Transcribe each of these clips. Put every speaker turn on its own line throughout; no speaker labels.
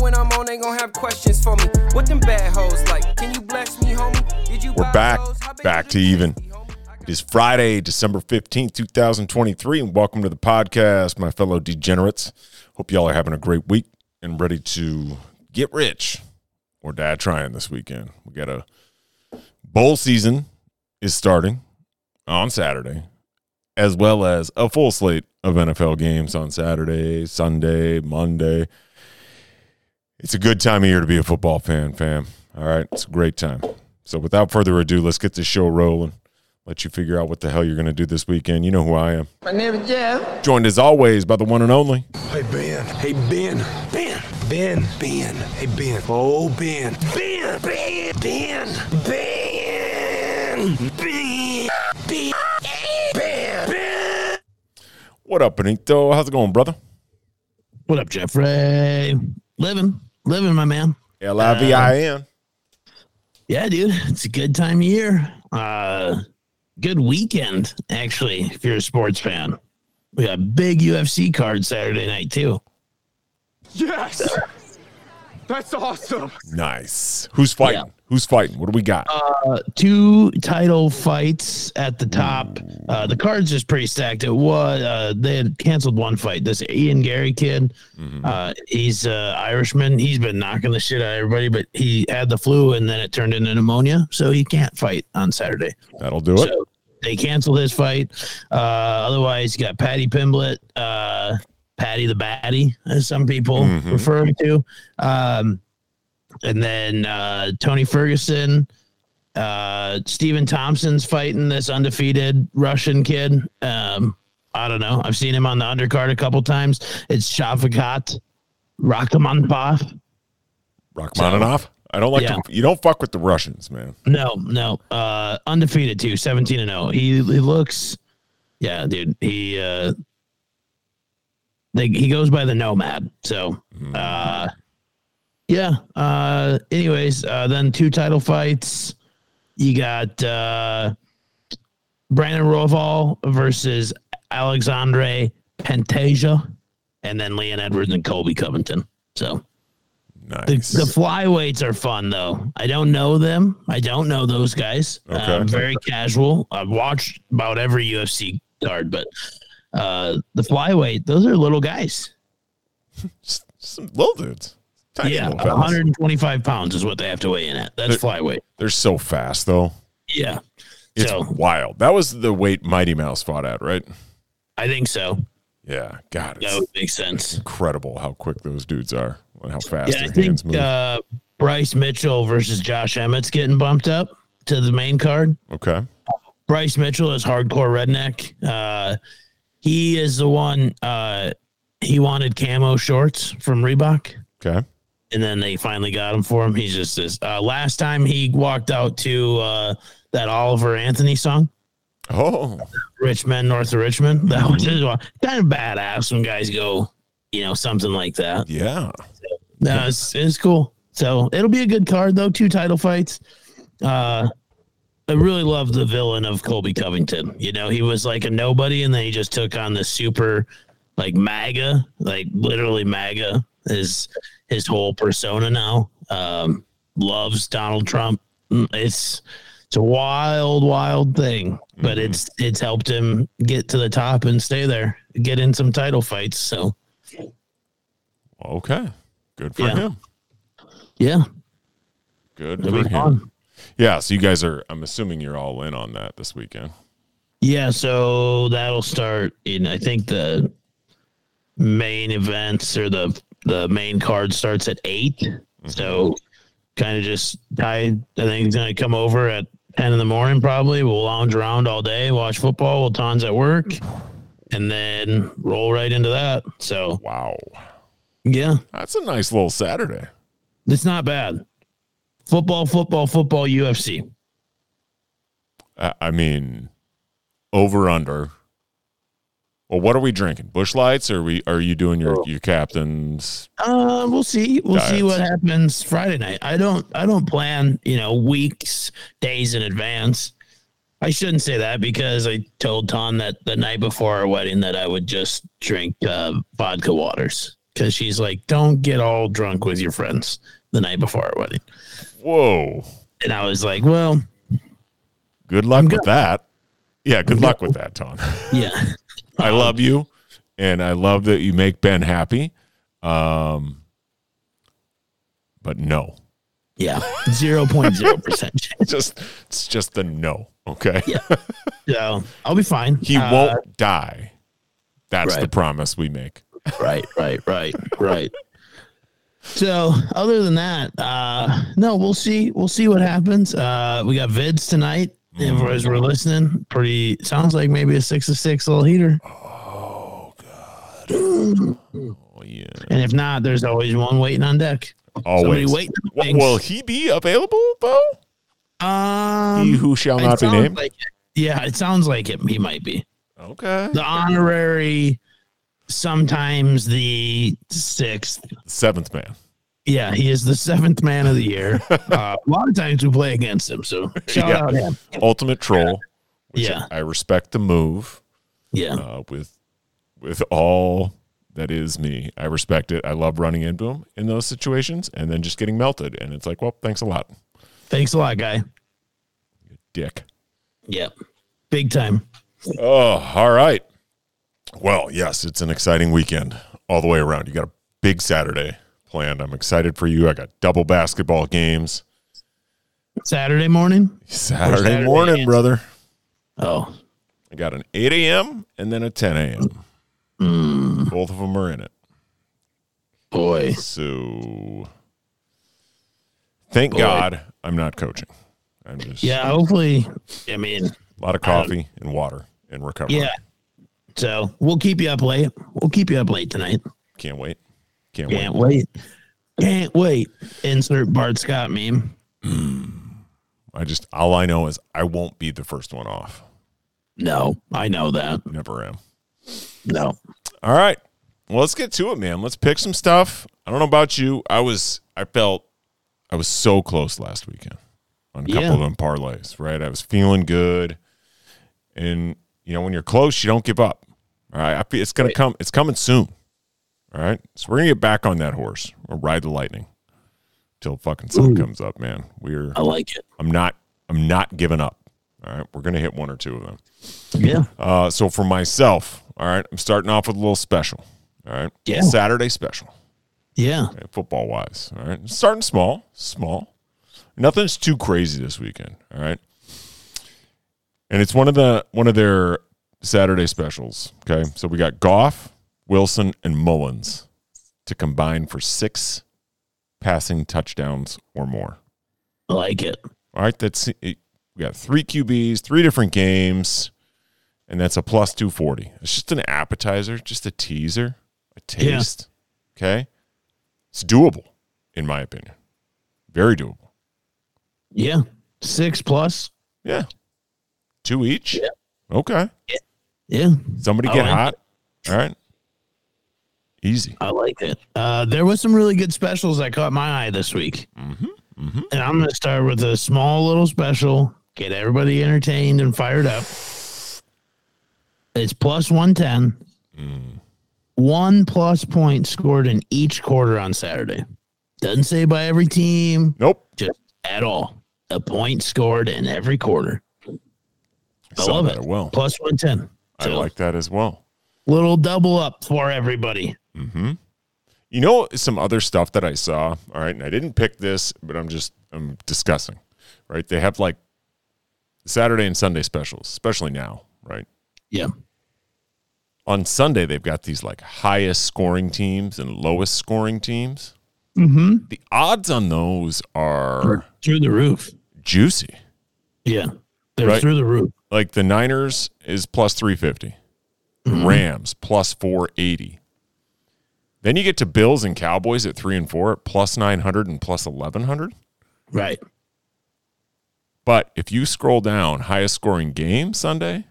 when I'm on, they gon' have questions for me. What them bad hoes like? Can you bless me, homie? Did you
We're
buy
back,
those? How big
back
is
to
your
even.
pussy, homie? I got
It is Friday, December 15th, 2023, and welcome to the podcast, my fellow degenerates. Hope y'all are having a great week and ready to get rich or die trying this weekend. We got a bowl season is starting on Saturday, as well as a full slate of NFL games on Saturday, Sunday, Monday. It's a good time of year to be a football fan, fam. All right, it's a great time. So without further ado, let's get this show rolling let you figure out what the hell you're going to do this weekend. You know who I am.
My name is Jeff.
Joined as always by the one and only.
Hey Ben. Hey Ben. Ben. Ben. Ben. Hey Ben. Oh Ben. Ben. Ben. Ben. Ben. Ben. Ben. Ben. Ben.
What up, Benito? How's it going, brother?
What up, Jeffrey? Living, living, my man.
L I V I N.
Yeah, dude, it's a good time of year. Uh, good weekend, actually, if you're a sports fan. We got a big UFC card Saturday night too.
Yes! That's awesome!
Nice. Who's fighting? Who's fighting? What do we got?
Uh,
Two title fights at the top. Uh, the card's just pretty stacked. It was uh, they had canceled one fight. This Ian Gary kid, uh, he's uh, Irishman. He's been knocking the shit out of everybody, but he had the flu and then it turned into pneumonia, so he can't fight on Saturday.
That'll do it.
So they canceled his fight. Uh, otherwise, you got Patty Pimblett, uh, Patty the Batty, as some people
Mhm.
refer him to. Um, and then uh, Tony Ferguson, uh, Steven Thompson's fighting this undefeated Russian kid. Um, I don't know. I've seen him on the undercard a couple times. It's Shafakat Rakamanpov.
Rachmaninoff. I don't like
Yeah.
to, you don't fuck with the Russians, man.
No, no. Uh undefeated too, 17 and 0. He he looks Yeah, dude. He uh they, he goes by the Nomad. So, uh yeah, uh anyways, uh then two title fights. You got uh Brandon Roval versus Alexandre Pantasia and then Leon Edwards and Colby Covington. So, the,
Nice.
the flyweights are fun though. I don't know them. I don't know those guys. Uh,
Okay.
I'm very casual. I've watched about every UFC card, but uh, the flyweight, those are little guys.
Just Some little dudes. Tiny
yeah,
little fellas.
125 pounds is what they have to weigh in at. That's flyweight.
They're so fast, though.
Yeah.
It's
so
wild. That was the weight Mighty Mouse fought at, right?
I think so.
Yeah. God, it's
That would make sense.
incredible how quick those dudes are and how fast
Yeah, I
their hands
think
move.
uh, Bryce Mitchell versus Josh Emmett's getting bumped up to the main card.
okay.
Bryce Mitchell is hardcore redneck. Uh, he is the one. Uh, he wanted camo shorts from Reebok,
Okay.
and then they finally got him for him. He's just this. Uh, last time he walked out to uh, that Oliver Anthony song,
Oh,
"Richmond North of Richmond." That was his one. Kind of badass when guys go, you know, something like that.
yeah.
No, it's, it's cool. So it'll be a good card though. Two title fights. Uh, I really love the villain of Colby Covington. You know, he was like a nobody, and then he just took on the super, like MAGA, like literally MAGA is his whole persona now. Um, loves Donald Trump. Mm, It's it's a wild, wild thing, but it's it's helped him get to the top and stay there, get in some title fights. So
Okay. Good for
Yeah.
him.
yeah,
Good
it'll
for
be
him.
fun.
Yeah. So you guys are, I'm assuming you're all in on that this weekend.
Yeah, so that'll start in I think the main events or the the main card starts at 8 So kind of just I I think he's gonna come over at ten in the morning probably. We'll lounge around all day, watch football while Ton's at work, and then roll right into that. So
Wow.
yeah,
That's a nice little Saturday.
it's not bad. Football, football, football, UFC.
I, I mean, over under. Well, what are we drinking? Bush lights? Or are we, are you doing
Oh.
your, your captain's?
Uh, we'll see. We'll see
Diets.
what happens Friday night. I don't. I don't plan. You know, weeks, days in advance. I shouldn't say that because I told Ton that the night before our wedding that I would just drink uh, vodka waters. because she's like, "Don't get all drunk with your friends the night before our wedding."
Whoa.
And I was like, "Well,
Good luck with that. Yeah, good luck with that, Ton.
yeah,
I love you, and I love that you make Ben happy. Um, but no,
yeah, zero point zero percent chance."
just it's just the no. Okay,
So I'll be fine.
he
Uh,
won't die. That's the
right.
promise we make.
right, right, right, right. So, other than that, uh, no, we'll see. We'll see what happens. Uh, we got vids tonight. And
Mm-hmm.
as we're listening, pretty sounds like maybe a six to six little heater.
Oh, yeah,
And if not, there's always one waiting on deck.
always.
waiting in the
W- Will
wings.
he be available though?
Um,
he who shall
it
not be
sounds
named.
like it. yeah, it sounds like him. He might be
okay,
the honorary, sometimes the sixth.
seventh man.
Yeah, he is the seventh man of the year. Uh, a lot of times we play against him, so shout
Yeah.
out him.
ultimate troll. Which
Yeah.
I respect the move
Yeah,
uh, with with all that is me. I respect it. I love running into him in those situations, and then just getting melted. And it's like, well, thanks a lot,
thanks a lot, guy.
dick.
Yeah, big time.
Oh, all right. Well, yes, it's an exciting weekend all the way around. You got a big Saturday planned. I'm excited for you. I got double basketball games
Saturday morning.
Saturday,
Saturday
morning,
games.
brother.
Oh,
I got an 8 a.m. and then a 10 a.m. Both of them are in it.
boy.
So thank God I'm not coaching. I'm just
Yeah, hopefully. I mean,
a lot of coffee and water and recovery.
yeah. So we'll keep you up late. We'll keep you up late tonight.
Can't wait. Can't
Can't
wait.
wait. Can't wait. Insert Bart Scott meme.
I just all I know is I won't be the first one off.
No, I know that.
Never am.
No.
All right. Well, let's get to it, man. Let's pick some stuff. I don't know about you. I was I felt I was so close last weekend on a couple
Yeah.
of them parlays, right? I was feeling good. And you know, when you're close, you don't give up. All right. I feel it's gonna come it's coming soon. All right. So we're gonna get back on that horse or ride the lightning till fucking sun comes up, man. We're
I like it.
I'm not I'm not giving up. All right. We're gonna hit one or two of them.
Yeah.
Uh, so for myself, all right, I'm starting off with a little special. All right.
Yeah.
Saturday special,
Yeah.
football wise. All right. Starting small, small. Nothing's too crazy this weekend. All right. And it's one of the one of their Saturday specials. Okay. So we got Goff, Wilson, and Mullins to combine for six passing touchdowns or more.
I like it.
All right, that's it. we got three QBs, three different games, and that's a plus two forty. It's just an appetizer, just a teaser, a
Yeah.
taste. Okay, it's doable, in my opinion, very doable.
Yeah. Six plus.
Yeah, two each.
Yeah.
Okay,
Yeah.
somebody
I
get
like
hot. All right, easy.
I like it. Uh, there was some really good specials that caught my eye this week.
Mm-hmm,
And I'm going to start with a small little special, get everybody entertained and fired up. It's plus 110.
Mm.
One plus point scored in each quarter on Saturday. Doesn't say by every team,
Nope.
just at all. A point scored in every quarter. I
saw
love
that
it.
Well,
Plus 110.
I
So,
like that as well.
little double up for everybody.
You know some other stuff that I saw, all right, and I didn't pick this, but I'm just I'm discussing, right? They have like Saturday and Sunday specials, especially now, right?
Yeah.
On Sunday they've got these like highest scoring teams and lowest scoring teams. Mm-hmm. The odds on those are
Through the roof.
juicy.
Yeah. They're
Right.
through the roof.
Like the Niners is plus three fifty, Rams plus four eighty. Then you get to Bills and Cowboys at three and four at plus nine hundred and plus eleven hundred.
Right.
But if you scroll down, highest scoring game Sunday,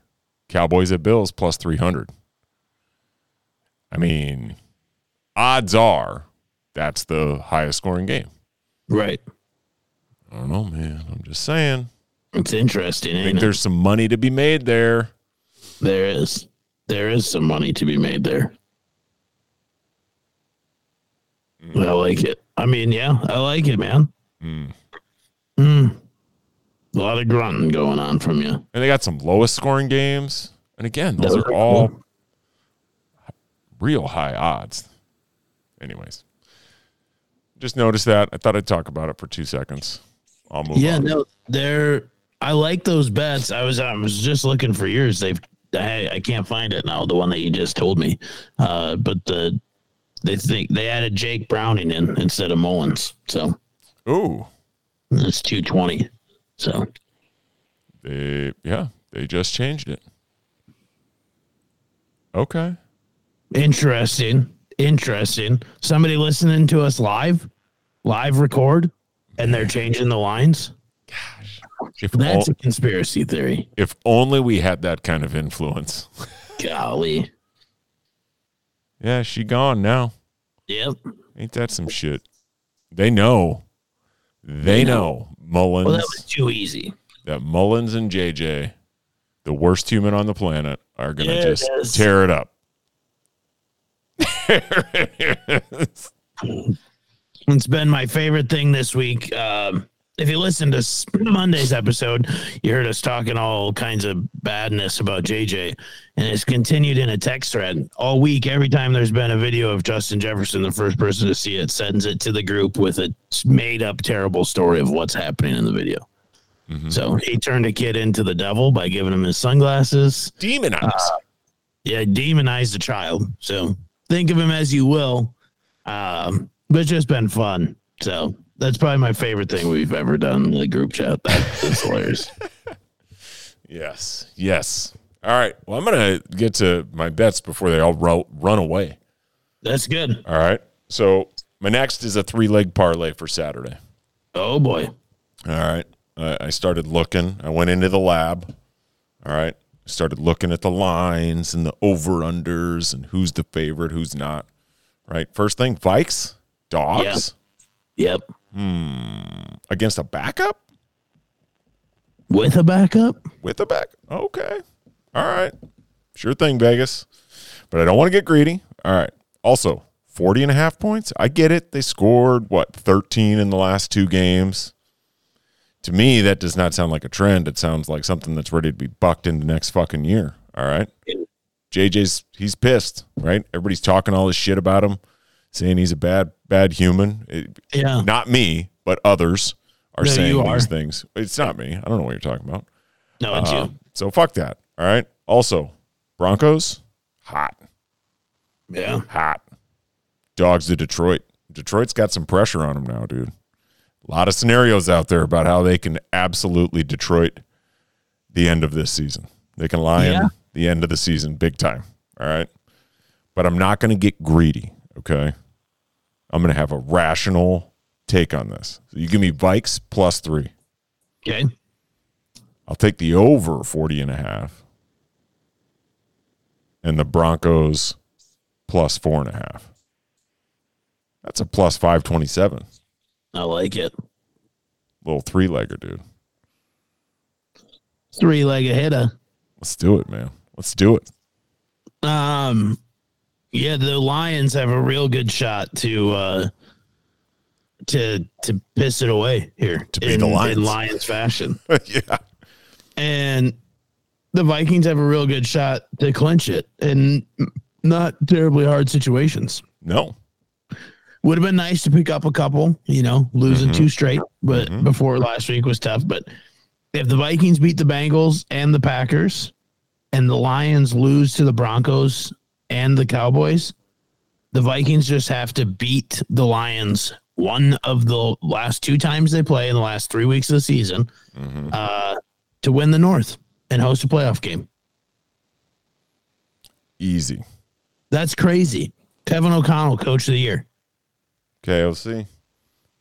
Cowboys at Bills plus 300. I mean, odds are that's the highest scoring game.
Right.
I don't know, man. I'm just saying.
It's interesting.
I think
Ain't it?
there's some money to be made there.
There is. There is some money to be made there.
Mm.
I like it. I mean, yeah, I like it, man. Mm. A lot of grunting going on from you.
And they got some lowest scoring games. And again, those
Those
are
are
all real high odds. Anyways, just noticed that. I thought I'd talk about it for two seconds. I'll move
Yeah,
on.
no, they're. I like those bets. I was I was just looking for yours. They've I, I can't find it now. The one that you just told me, uh, but the they think they added Jake Browning in instead of Mullins, so
Ooh,
it's two twenty. So
they, yeah, they just changed it. Okay.
interesting, interesting. Somebody listening to us live, live record, and they're changing the lines.
If,
That's
o-
a conspiracy theory.
if only we had that kind of influence.
Golly,
yeah, she gone now.
yep.
Ain't that some shit? They know. They know Mullins.
Well, that was too easy.
that Mullins and JJ, the worst human on the planet, are going to
There it
just
is.
tear it up. There it is.
It's been my favorite thing this week. Um, if you listened to s- Monday's episode, you heard us talking all kinds of badness about JJ, and it's continued in a text thread all week. Every time there's been a video of Justin Jefferson, the first person to see it sends it to the group with a made up terrible story of what's happening in the video. So he turned a kid into the devil by giving him his sunglasses.
Demonized.
Yeah, demonized a child. So think of him as you will. Um, but it's just been fun. So that's probably my favorite thing we've ever done in the group chat. That- That's hilarious.
yes. Yes. All right. Well, I'm going to get to my bets before they all ro- run away.
That's good.
All right. So my next is a three leg parlay for Saturday.
Oh boy.
All right. I, I started looking. I went into the lab. All right. Started looking at the lines and the over unders and who's the favorite, who's not. Right. First thing, Vikes, dogs
Yep.
against a backup
With a backup?
with a back. Okay. All right. Sure thing, Vegas. But I don't want to get greedy. All right. Also, 40 and a half points. I get it. They scored, what, 13 in the last two games. To me, that does not sound like a trend. It sounds like something that's ready to be bucked into next fucking year. All right. JJ's, he's pissed, right? Everybody's talking all this shit about him, saying he's a bad, bad human. It-
Yeah.
Not me, but others are
No,
saying
you are.
these things. It's not me. I don't know what you're talking about.
No, it's
Um, so fuck that. All right. Also, Broncos, hot,
you. Yeah.
hot. Dogs to Detroit. Detroit's got some pressure on them now, dude. A lot of scenarios out there about how they can absolutely Detroit the end of this season. They can lie
Yeah.
in the end of the season big time. All right. But I'm not going to get greedy. Okay. I'm going to have a rational take on this. So you give me Vikes plus three.
Okay.
I'll take the over 40 and a half and the Broncos plus four and a half. That's a plus 527.
I like it.
Little three legger, dude.
Three legged hitter.
Let's do it, man. Let's do it.
Um, yeah, the Lions have a real good shot to uh, to to piss it away here
To be the Lions.
in Lions fashion,
yeah.
and the Vikings have a real good shot to clinch it in not terribly hard situations.
No.
Would have been nice to pick up a couple, you know, losing two straight, but before last week was tough. But if the Vikings beat the Bengals and the Packers and the Lions lose to the Broncos and the Cowboys, the Vikings just have to beat the Lions one of the last two times they play in the last three weeks of the season uh, to win the North and host a playoff game.
Easy.
That's crazy. Kevin O'Connell, coach of the year.
KOC.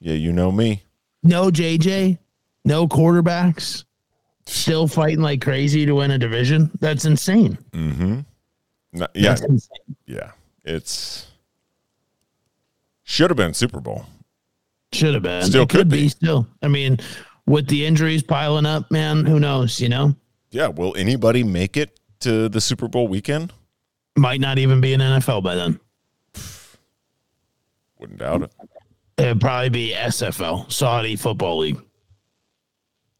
Yeah, you know me.
no JJ, no quarterbacks, still fighting like crazy to win a division. That's insane.
No- yeah.
That's insane.
Yeah. It's should have been Super Bowl.
Should have been.
Still
It could
could
be.
be.
Still, I mean, with the injuries piling up, man, who knows? You know,
Yeah. Will anybody make it to the Super Bowl weekend?
might not even be an NFL by then.
Wouldn't doubt it.
It'd probably be SFL, Saudi Football League.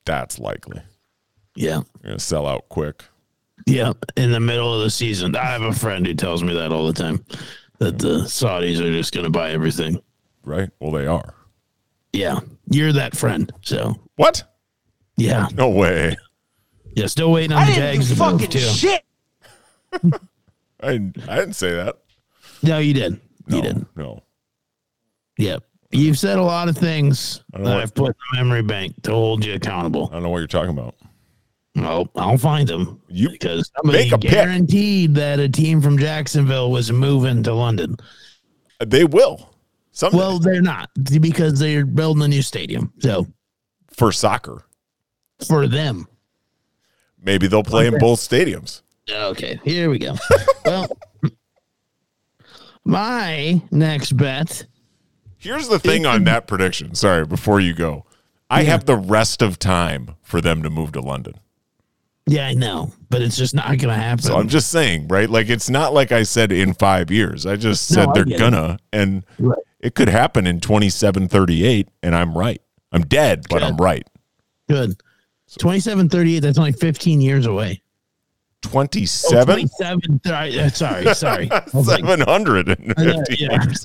That's likely.
Yeah.
You're gonna sell out quick.
Yeah. In the middle of the season. I have a friend who tells me that all the time that the Saudis are just going to buy everything.
Right? Well, they are.
Yeah. You're that friend. So,
What?
yeah.
No way.
Yeah. Still waiting on the Jags to move, too.
I didn't, I didn't say that.
No, you did.
No,
You did.
No.
Yeah. You've said a lot of things
don't
that
like-
I've put in the memory bank to hold you accountable.
I don't know what you're talking about.
Oh, I'll find them.
You
because somebody
make a pick.
guaranteed that a team from Jacksonville was moving to London.
Uh, They will. Someday.
Well, they're not because they're building a new stadium. So
for soccer.
for them.
Maybe they'll play in both stadiums.
Okay, here we go. well, my next bet.
Here's the thing on that prediction. Sorry, before you go. I have the rest of time for them to move to London.
Yeah, I know, but it's just not going to happen.
So I'm just saying, right? Like it's not like I said in five years. I just
No,
said
I
they're
get it.
gonna, and
Right.
it could happen in 2738, and I'm right. I'm dead, but I'm
Good.
right.
Good. 2738, that's only 15 years away. Oh,
27,
27 sorry, uh, sorry, sorry. I was like,
750
Yeah, yeah.
years.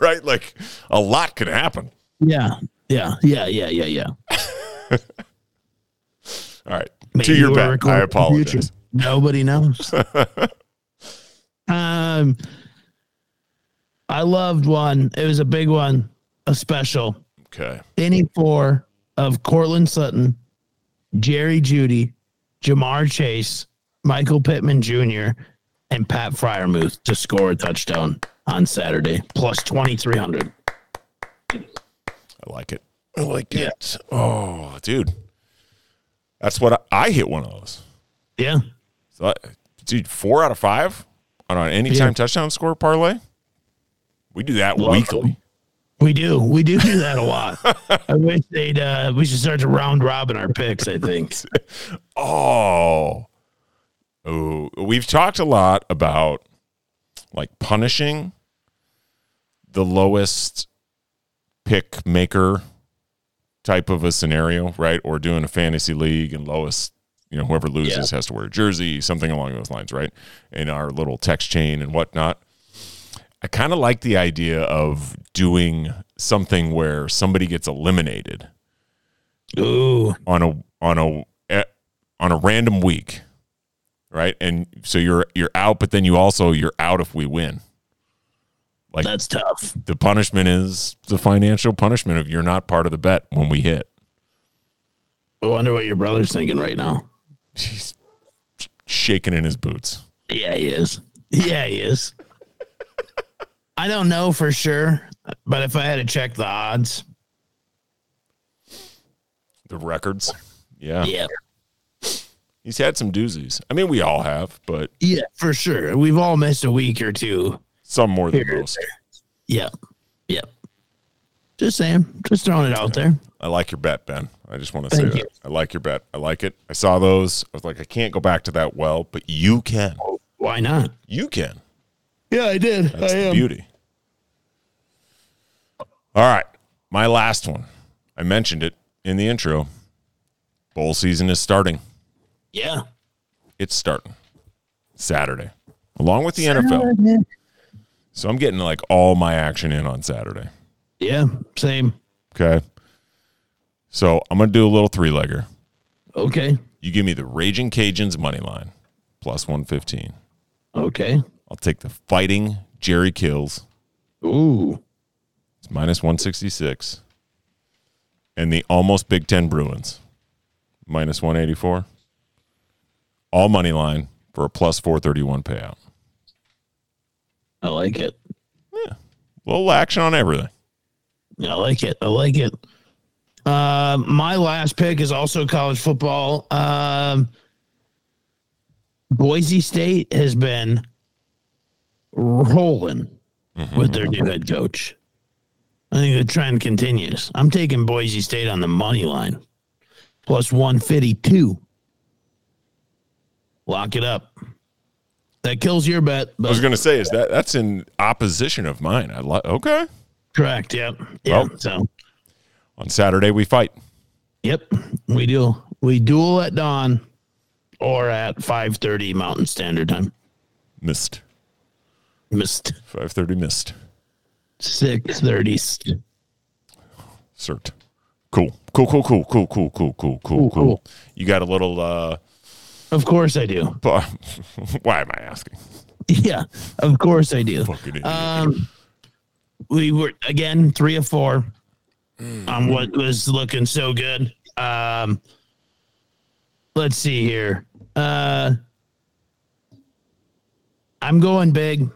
right? Like a lot can happen.
yeah, yeah, yeah, yeah, yeah, yeah.
All right.
Maybe
to your
we're
bet. I
recording the future.
apologize.
Nobody knows. um, I loved one. It was a big one, a special.
Okay.
Any four of Cortland Sutton, Jerry Judy, Jamar Chase, Michael Pittman Jr., and Pat Fryermuth to score a touchdown on Saturday, plus 2,300.
I like it. I like it. Oh, dude. That's what I, I hit one of those.
Yeah.
So, I, dude, four out of five on an anytime touchdown score parlay. We do that
Love
weekly.
We do. We do do that a lot. I wish they'd, uh, we should start to round robin our picks, I think.
Oh. Oh, we've talked a lot about like punishing the lowest pick maker type of a scenario, right? Or doing a fantasy league and lowest, you know, whoever loses has to wear a jersey, something along those lines, right? In our little text chain and whatnot. I kind of like the idea of doing something where somebody gets eliminated
Ooh.
on a on a eh, on a random week, right? And so you're you're out, but then you also you're out if we win. Like
That's tough.
the punishment is the financial punishment of you're not part of the bet when we hit.
I wonder what your brother's thinking right now.
He's shaking in his boots.
Yeah, he is. Yeah, he is. I don't know for sure, but if I had to check the odds,
The records, yeah.
yeah,
He's had some doozies. I mean, we all have, but
yeah, for sure. We've all missed a week or two.
some more than
Here.
most.
Yeah, yeah. Just saying, just throwing it out there.
I like your bet, Ben. I just want to say
Thank
that.
you.
I like your bet. I like it. I saw those. I was like, I can't go back to that well, but you can.
Why not?
You can.
Yeah, I did.
That's the beauty. All right. My last one. I mentioned it in the intro. Bowl season is starting.
Yeah,
It's starting Saturday, along with the NFL. So I'm getting like all my action in on Saturday.
yeah, same.
Okay. So I'm going to do a little three legger.
Okay,
You give me the Raging Cajuns money line, plus 115.
okay.
I'll take the Fighting Jerry Kills,
Ooh,
It's minus 166. And the almost Big Ten Bruins, minus 184. All money line for a plus 431 payout.
I like it.
Little action on everything.
I like it. I like it. Uh, my last pick is also college football. Um, Boise State has been rolling with their new head coach. I think the trend continues. I'm taking Boise State on the money line, plus 152. Lock it up. That kills your bet.
I
But
was going to say, is that that's in opposition of mine? I like, okay.
Correct. Yep. Yeah.
Well.
so,
On Saturday, we fight.
yep. We do. We duel at dawn or at 5:30 Mountain Standard Time.
Missed.
Missed
5.30 missed.
6:30.
Cert. Cool. Cool, cool, cool, cool, cool, cool, cool, cool, cool.
Cool, cool.
You got a little, uh,
Of course I do.
pa- why am I asking?
Yeah. Of course I do.
Fucking idiot.
Um, we were again three of four on what was looking so good. Um, let's see here. Uh, I'm going big.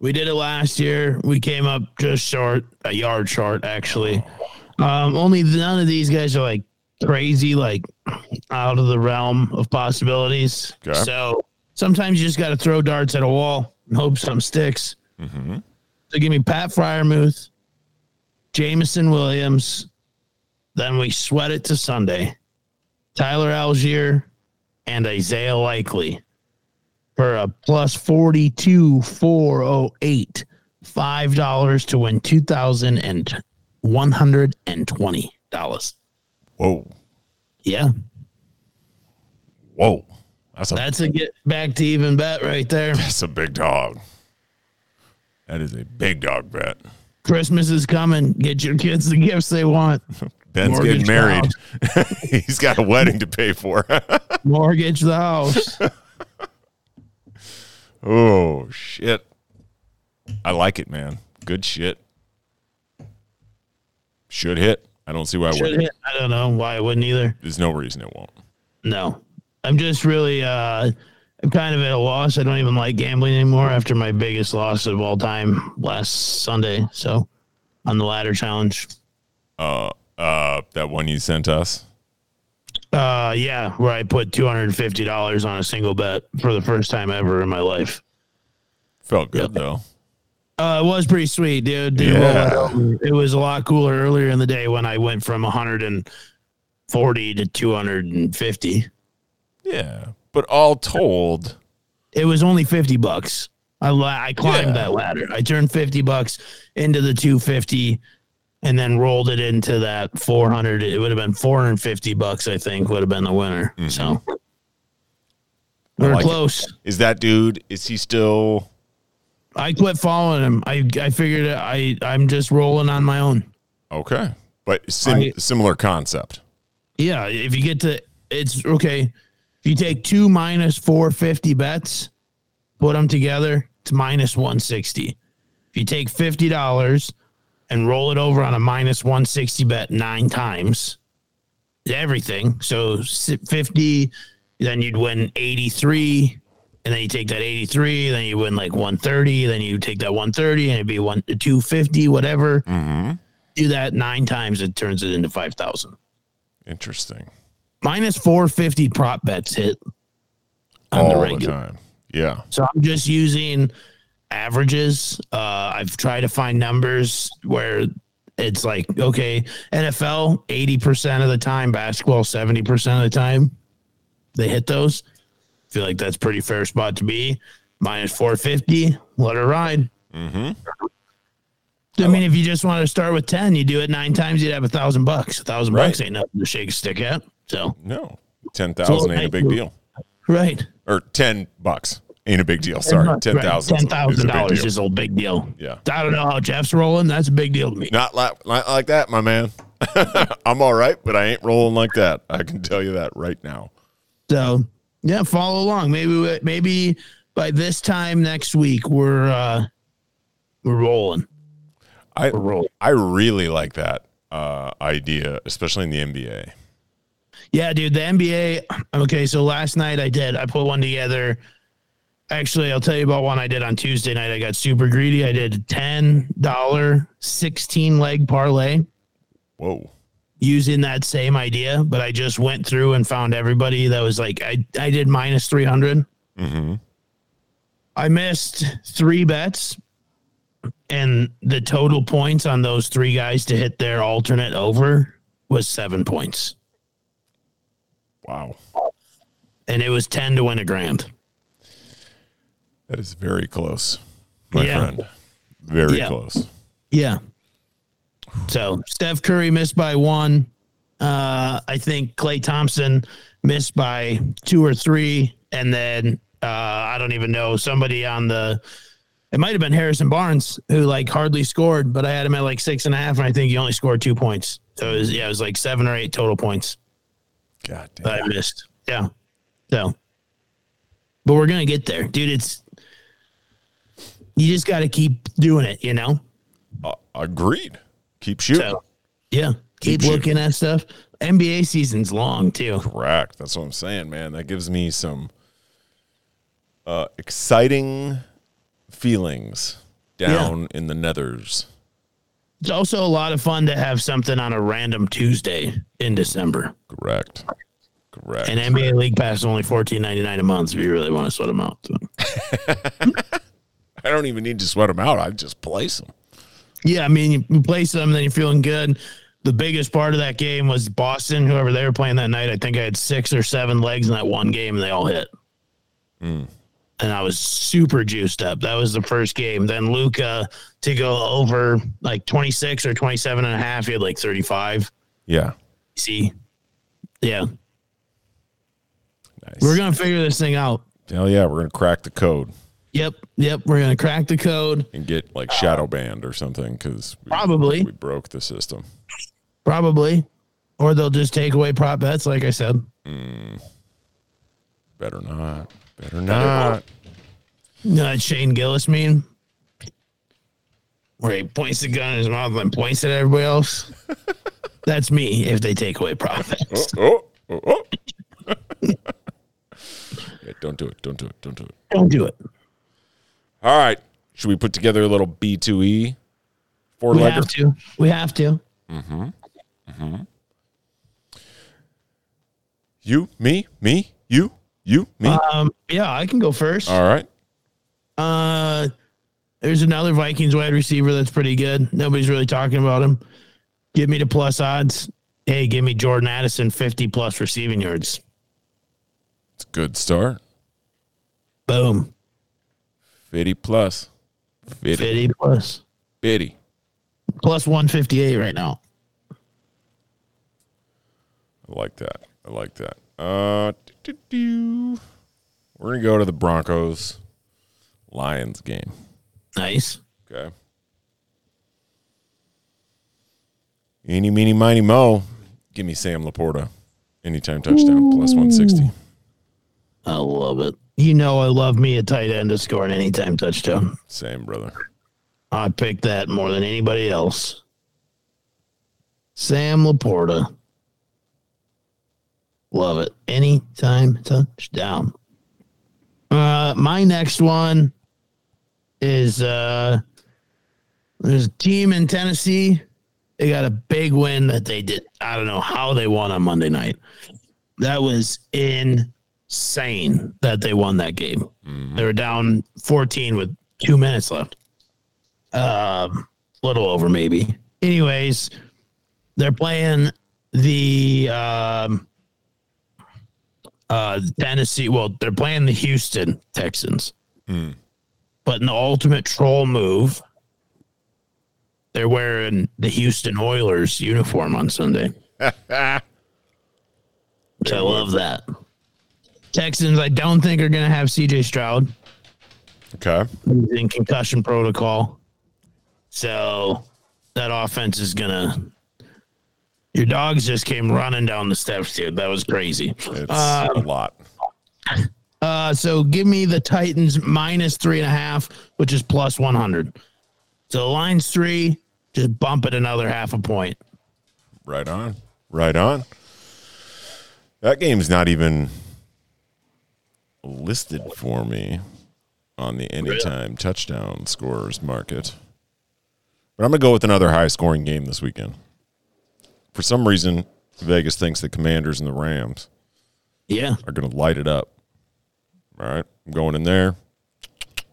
We did it last year. We came up just short, a yard short, actually. Um, only none of these guys are like crazy, like out of the realm of possibilities.
Okay.
So sometimes you just got to throw darts at a wall and hope something sticks. So give me Pat Fryermuth, Jameson Williams. Then we sweat it to Sunday. Tyler Algier and Isaiah Likely for a plus 42 408 five dollars to win two thousand and one hundred and twenty dollars
Whoa.
yeah
Whoa. That's a, that's-,
that's a get back to even bet right there
a big dog. That is a big dog bet.
christmas is coming get your kids the gifts they want
Ben's
Mortgage
getting married. He's got a wedding to pay for.
mortgage the house
oh, shit. I like it, man. Good shit. Should hit. I don't see why it
Should
wouldn't.
hit. i don't know why i wouldn't either
There's no reason it won't.
no i'm just really uh i'm kind of at a loss i don't even like gambling anymore after my biggest loss of all time last sunday so on the ladder challenge
Uh, that one you sent us.
Uh, yeah, where I put two hundred and fifty dollars on a single bet for the first time ever in my life.
Felt good
Yep.
though.
Uh, it was pretty sweet, dude. Dude,
Yeah.
well, it was a lot cooler earlier in the day when I went from one hundred and forty to two hundred and fifty.
Yeah. But all told,
It was only fifty bucks. I la- I climbed
Yeah.
that ladder. I turned fifty bucks into the two fifty, and then rolled it into that four hundred. It would have been four hundred fifty bucks. I think would have been the winner. So we we're
Mm-hmm. like it.
close.
is that dude, is he still
I quit following him. I I figured I I'm just rolling on my own.
okay? But sim-
I-
similar concept.
Yeah, if you get to it's okay. If you take two minus four fifty bets, put them together, it's minus one sixty. If you take fifty dollars and roll it over on a minus one sixty bet nine times, everything. So si- fifty, then you'd win eighty three. And then you take that 83, then you win like 130, then you take that 130 and it'd be one 250, whatever. Do that nine times, it turns it into 5,000
Interesting.
minus 450 prop bets hit on the
all the
regular.
time. Yeah.
so I'm just using averages. Uh, I've tried to find numbers where it's like, okay, NFL 80% of the time, basketball 70% of the time, they hit those. feel like that's pretty fair spot to be. Minus 450, let her ride.
Mm-hmm.
I mean, if you just want to start with 10, you do it nine times, you'd have a thousand bucks. A thousand
Right.
bucks ain't nothing to shake a stick at. So,
No. Ten thousand ain't a big deal.
right.
Or ten bucks ain't a big deal. Sorry. Ten thousand.
Ten thousand dollars
is
is a big deal.
Yeah.
I don't know how Jeff's rolling. That's a big deal to me.
not like not like that, my man. I'm all right, but I ain't rolling like that. I can tell you that right now.
So yeah, follow along. Maybe we- maybe by this time next week we're uh we're rolling.
I
We're rolling.
I really like that uh, idea, especially in the NBA.
Yeah, dude, the NBA. Okay, so last night I did. I put one together. Actually, I'll tell you about one I did on Tuesday night. I got super greedy. I did ten dollar sixteen leg parlay.
Whoa.
using that same idea, but I just went through and found everybody that was like, I, I did minus 300. I missed three bets, and the total points on those three guys to hit their alternate over was seven points.
Wow.
And it was 10 to win a grand.
That is very close, my
Yeah.
friend. Very
Yeah.
close.
Yeah. So Steph Curry missed by one. Uh, I think Clay Thompson missed by two or three, and then uh, I don't even know somebody on the. It might have been Harrison Barnes who like hardly scored, but I had him at like six and a half, and I think he only scored two points. So it was, yeah, it was like seven or eight total points
God damn.
that I missed. Yeah. So, but we're gonna get there, dude. It's you just got to keep doing it, you know.
Agreed. Keep shooting.
So, yeah,
Keep
keep,
shooting.
looking at stuff. NBA season's long too.
Correct. That's what I'm saying, man. That gives me some uh, exciting feelings down in the nethers.
It's also a lot of fun to have something on a random Tuesday in December.
Correct. Correct.
And NBA League Pass is only fourteen ninety nine a month if you really want to sweat them out. So,
I don't even need to sweat them out. I just place them.
Yeah, I mean you play some, then you're feeling good. The biggest part of that game was Boston, whoever they were playing that night. I think I had six or seven legs in that one game, and they all hit. And I was super juiced up. That was the first game. Then Luca to go over like 26 or 27 and a half. He had like 35.
Yeah.
See? Yeah.
Nice.
We're going to figure this thing out.
Hell yeah, we're gonna crack the code
Yep. Yep. We're going to crack the code.
and get like shadow banned or something because we,
Probably.
we broke the system.
Probably. Or they'll just take away prop bets, like I said.
Better not. Better not.
Uh, Shane Gillis meme where he points the gun in his mouth and points at everybody else. That's me if they take away profits.
Oh, oh, oh. yeah, don't do it. Don't do it. Don't do it.
Don't do it.
All right. Should we put together a little B2E four
We
legger?
have to. We have to.
You, me, me, you, you, me.
Um, yeah, I can go first.
All right.
Uh, there's another Vikings wide receiver that's pretty good. Nobody's really talking about him. Give me the plus odds. Hey, give me Jordan Addison 50 plus receiving yards.
It's a good start.
Boom.
50 plus. 50.
50 plus.
50.
Plus 158 right now.
I like that. I like that. Uh, do-do-do. We're going to go to the Broncos Lions game.
Nice.
Okay. Eeny, meeny, miny, mo. Give me Sam Laporta. Anytime touchdown, plus 160.
I love it. You know I love me a tight end to score an anytime touchdown.
Same, brother.
I pick that more than anybody else. Sam Laporta. Love it. Anytime touchdown. Uh my next one is uh there's a team in Tennessee. They got a big win that they did. I don't know how they won on Monday night. That was insane that they won that game. They were down 14 with two minutes left um, little over maybe. Anyways, they're playing the um, uh, Tennessee. Well, they're playing the Houston Texans, but in the ultimate troll move, they're wearing the Houston Oilers uniform on Sunday. Which I love that. Texans, I don't think are going to have CJ Stroud
Okay.
he's in concussion protocol. So that offense is gonna. Your dogs just came running down the steps, dude. That was crazy.
It's
Uh,
a lot.
uh, so give me the Titans minus three and a half, which is plus one hundred. So the line's three. Just bump it another half a point.
Right on. Right on. That game's not even listed for me on the anytime touchdown scorers market. But I'm going to go with another high scoring game this weekend. For some reason, Vegas thinks the Commanders and the Rams
Yeah,
are going to light it up. All right. I'm going in there,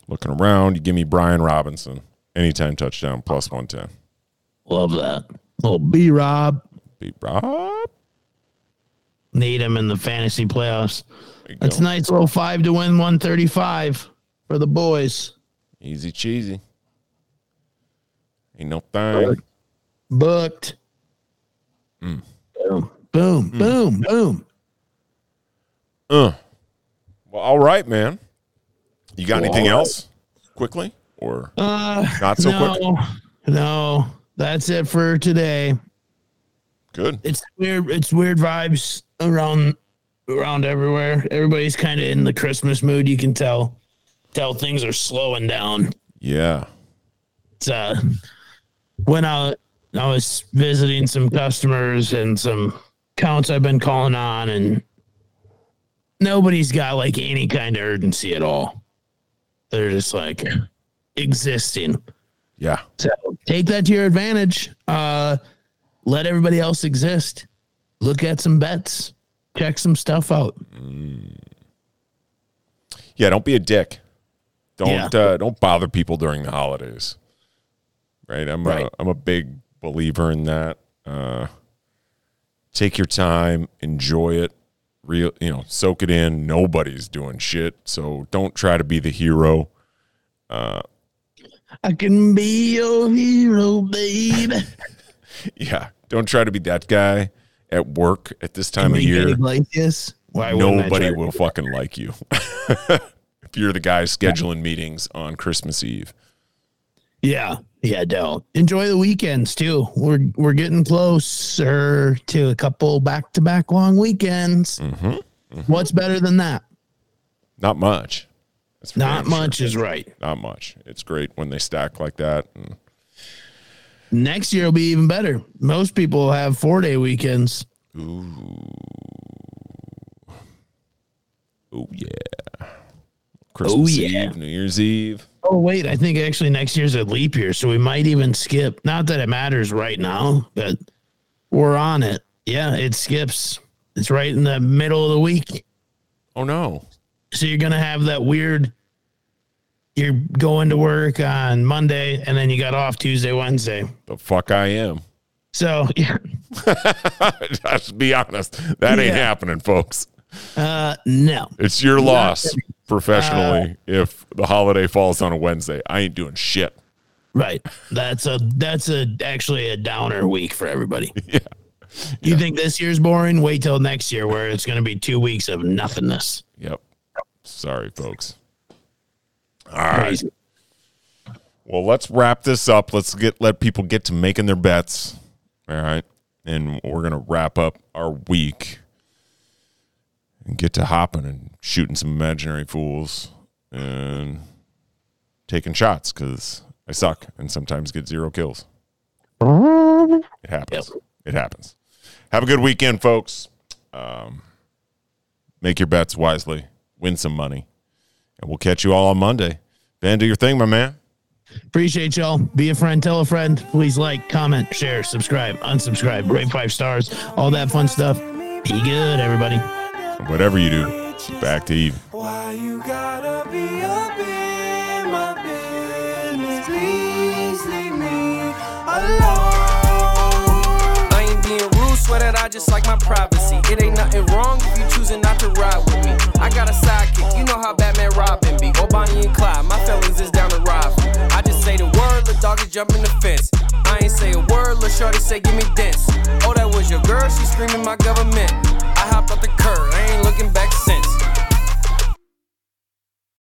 looking around. You give me Brian Robinson, anytime touchdown, plus 110.
love that. Little B Rob,
Beat Rob.
need him in the fantasy playoffs.
There you
That's
go.
nice little five to win one thirty five for the boys.
Easy cheesy. Ain't no thing.
Booked.
Mm.
Boom. Boom. Boom. Boom.
Uh. Well, all right, man. You got anything else quickly or
Uh,
Not so
no, No, that's it for today.
good?
It's weird. It's weird vibes around around everywhere. Everybody's kind of in the Christmas mood. You can tell. Tell things are slowing down.
Yeah.
It's, uh, when I I was visiting some customers and some counts I've been calling on, and nobody's got like any kind of urgency at all. They're just like existing.
Yeah.
So take that to your advantage. Uh, let everybody else exist. Look at some bets. Check some stuff out.
Yeah, don't be a dick. Don't
Yeah.
uh, don't bother people during the holidays. Right? I'm
Right.
a I'm a big believer in that. Uh, take your time, enjoy it, real you know, soak it in. Nobody's doing shit, so don't try to be the hero.
I can be your hero, babe.
Yeah, don't try to be that guy at work at this time of
Enrique
year.
Iglesias. Why wouldn't I
Nobody
try to-
will fucking like you. if you're the guy scheduling meetings on Christmas Eve.
Yeah, yeah. Don't enjoy the weekends too. We're we're getting closer to a couple back to back long weekends. What's better than that?
Not much. That's for
Not
damn sure.
much is right.
not much. It's great when they stack like that. And
Next year will be even better. Most people have four day weekends.
oh yeah, Christmas
Oh, yeah.
Eve, New Year's Eve.
Oh wait, I think actually next year's a leap year, so we might even skip. Not that it matters right now, but we're on it. Yeah, it skips. It's right in the middle of the week.
Oh no,
So you're gonna have that weird you're going to work on Monday and then you got off Tuesday, Wednesday.
the fuck I am.
So yeah,
Just be honest, that ain't
Yeah.
happening, folks.
uh no.
It's your loss professionally if the holiday falls on a Wednesday. I ain't doing shit.
Right. That's a that's a actually a downer week for everybody. Yeah. You think this year's boring? Wait till next year where it's gonna be two weeks of nothingness.
Yep. Sorry, folks.
Crazy.
Well, let's wrap this up. Let's get let people get to making their bets. All right. And we're gonna wrap up our week and get to hopping and shooting some imaginary fools and taking shots because I suck and sometimes get zero kills. It happens. It happens. Have a good weekend, folks. Um, make your bets wisely. Win some money. And we'll catch you all on Monday. Ben, do your thing, my man.
Appreciate y'all. Be a friend, tell a friend. Please like, comment, share, subscribe, unsubscribe, rate five stars, all that fun stuff. Be good, everybody.
whatever you do, back to even.
Why you gotta be up in my business? Please leave me alone. I ain't being rude, swear that I just like my privacy. It ain't nothing wrong if you choosing not to ride with me. I got a sidekick, you know how Batman Robin be. Or Bonnie and Clyde, my fellas is down to ride. for me. I just say the word, the dog is jumping the fence. I ain't say a word, little shorty say give me this. Oh, that was your girl, she screaming my government.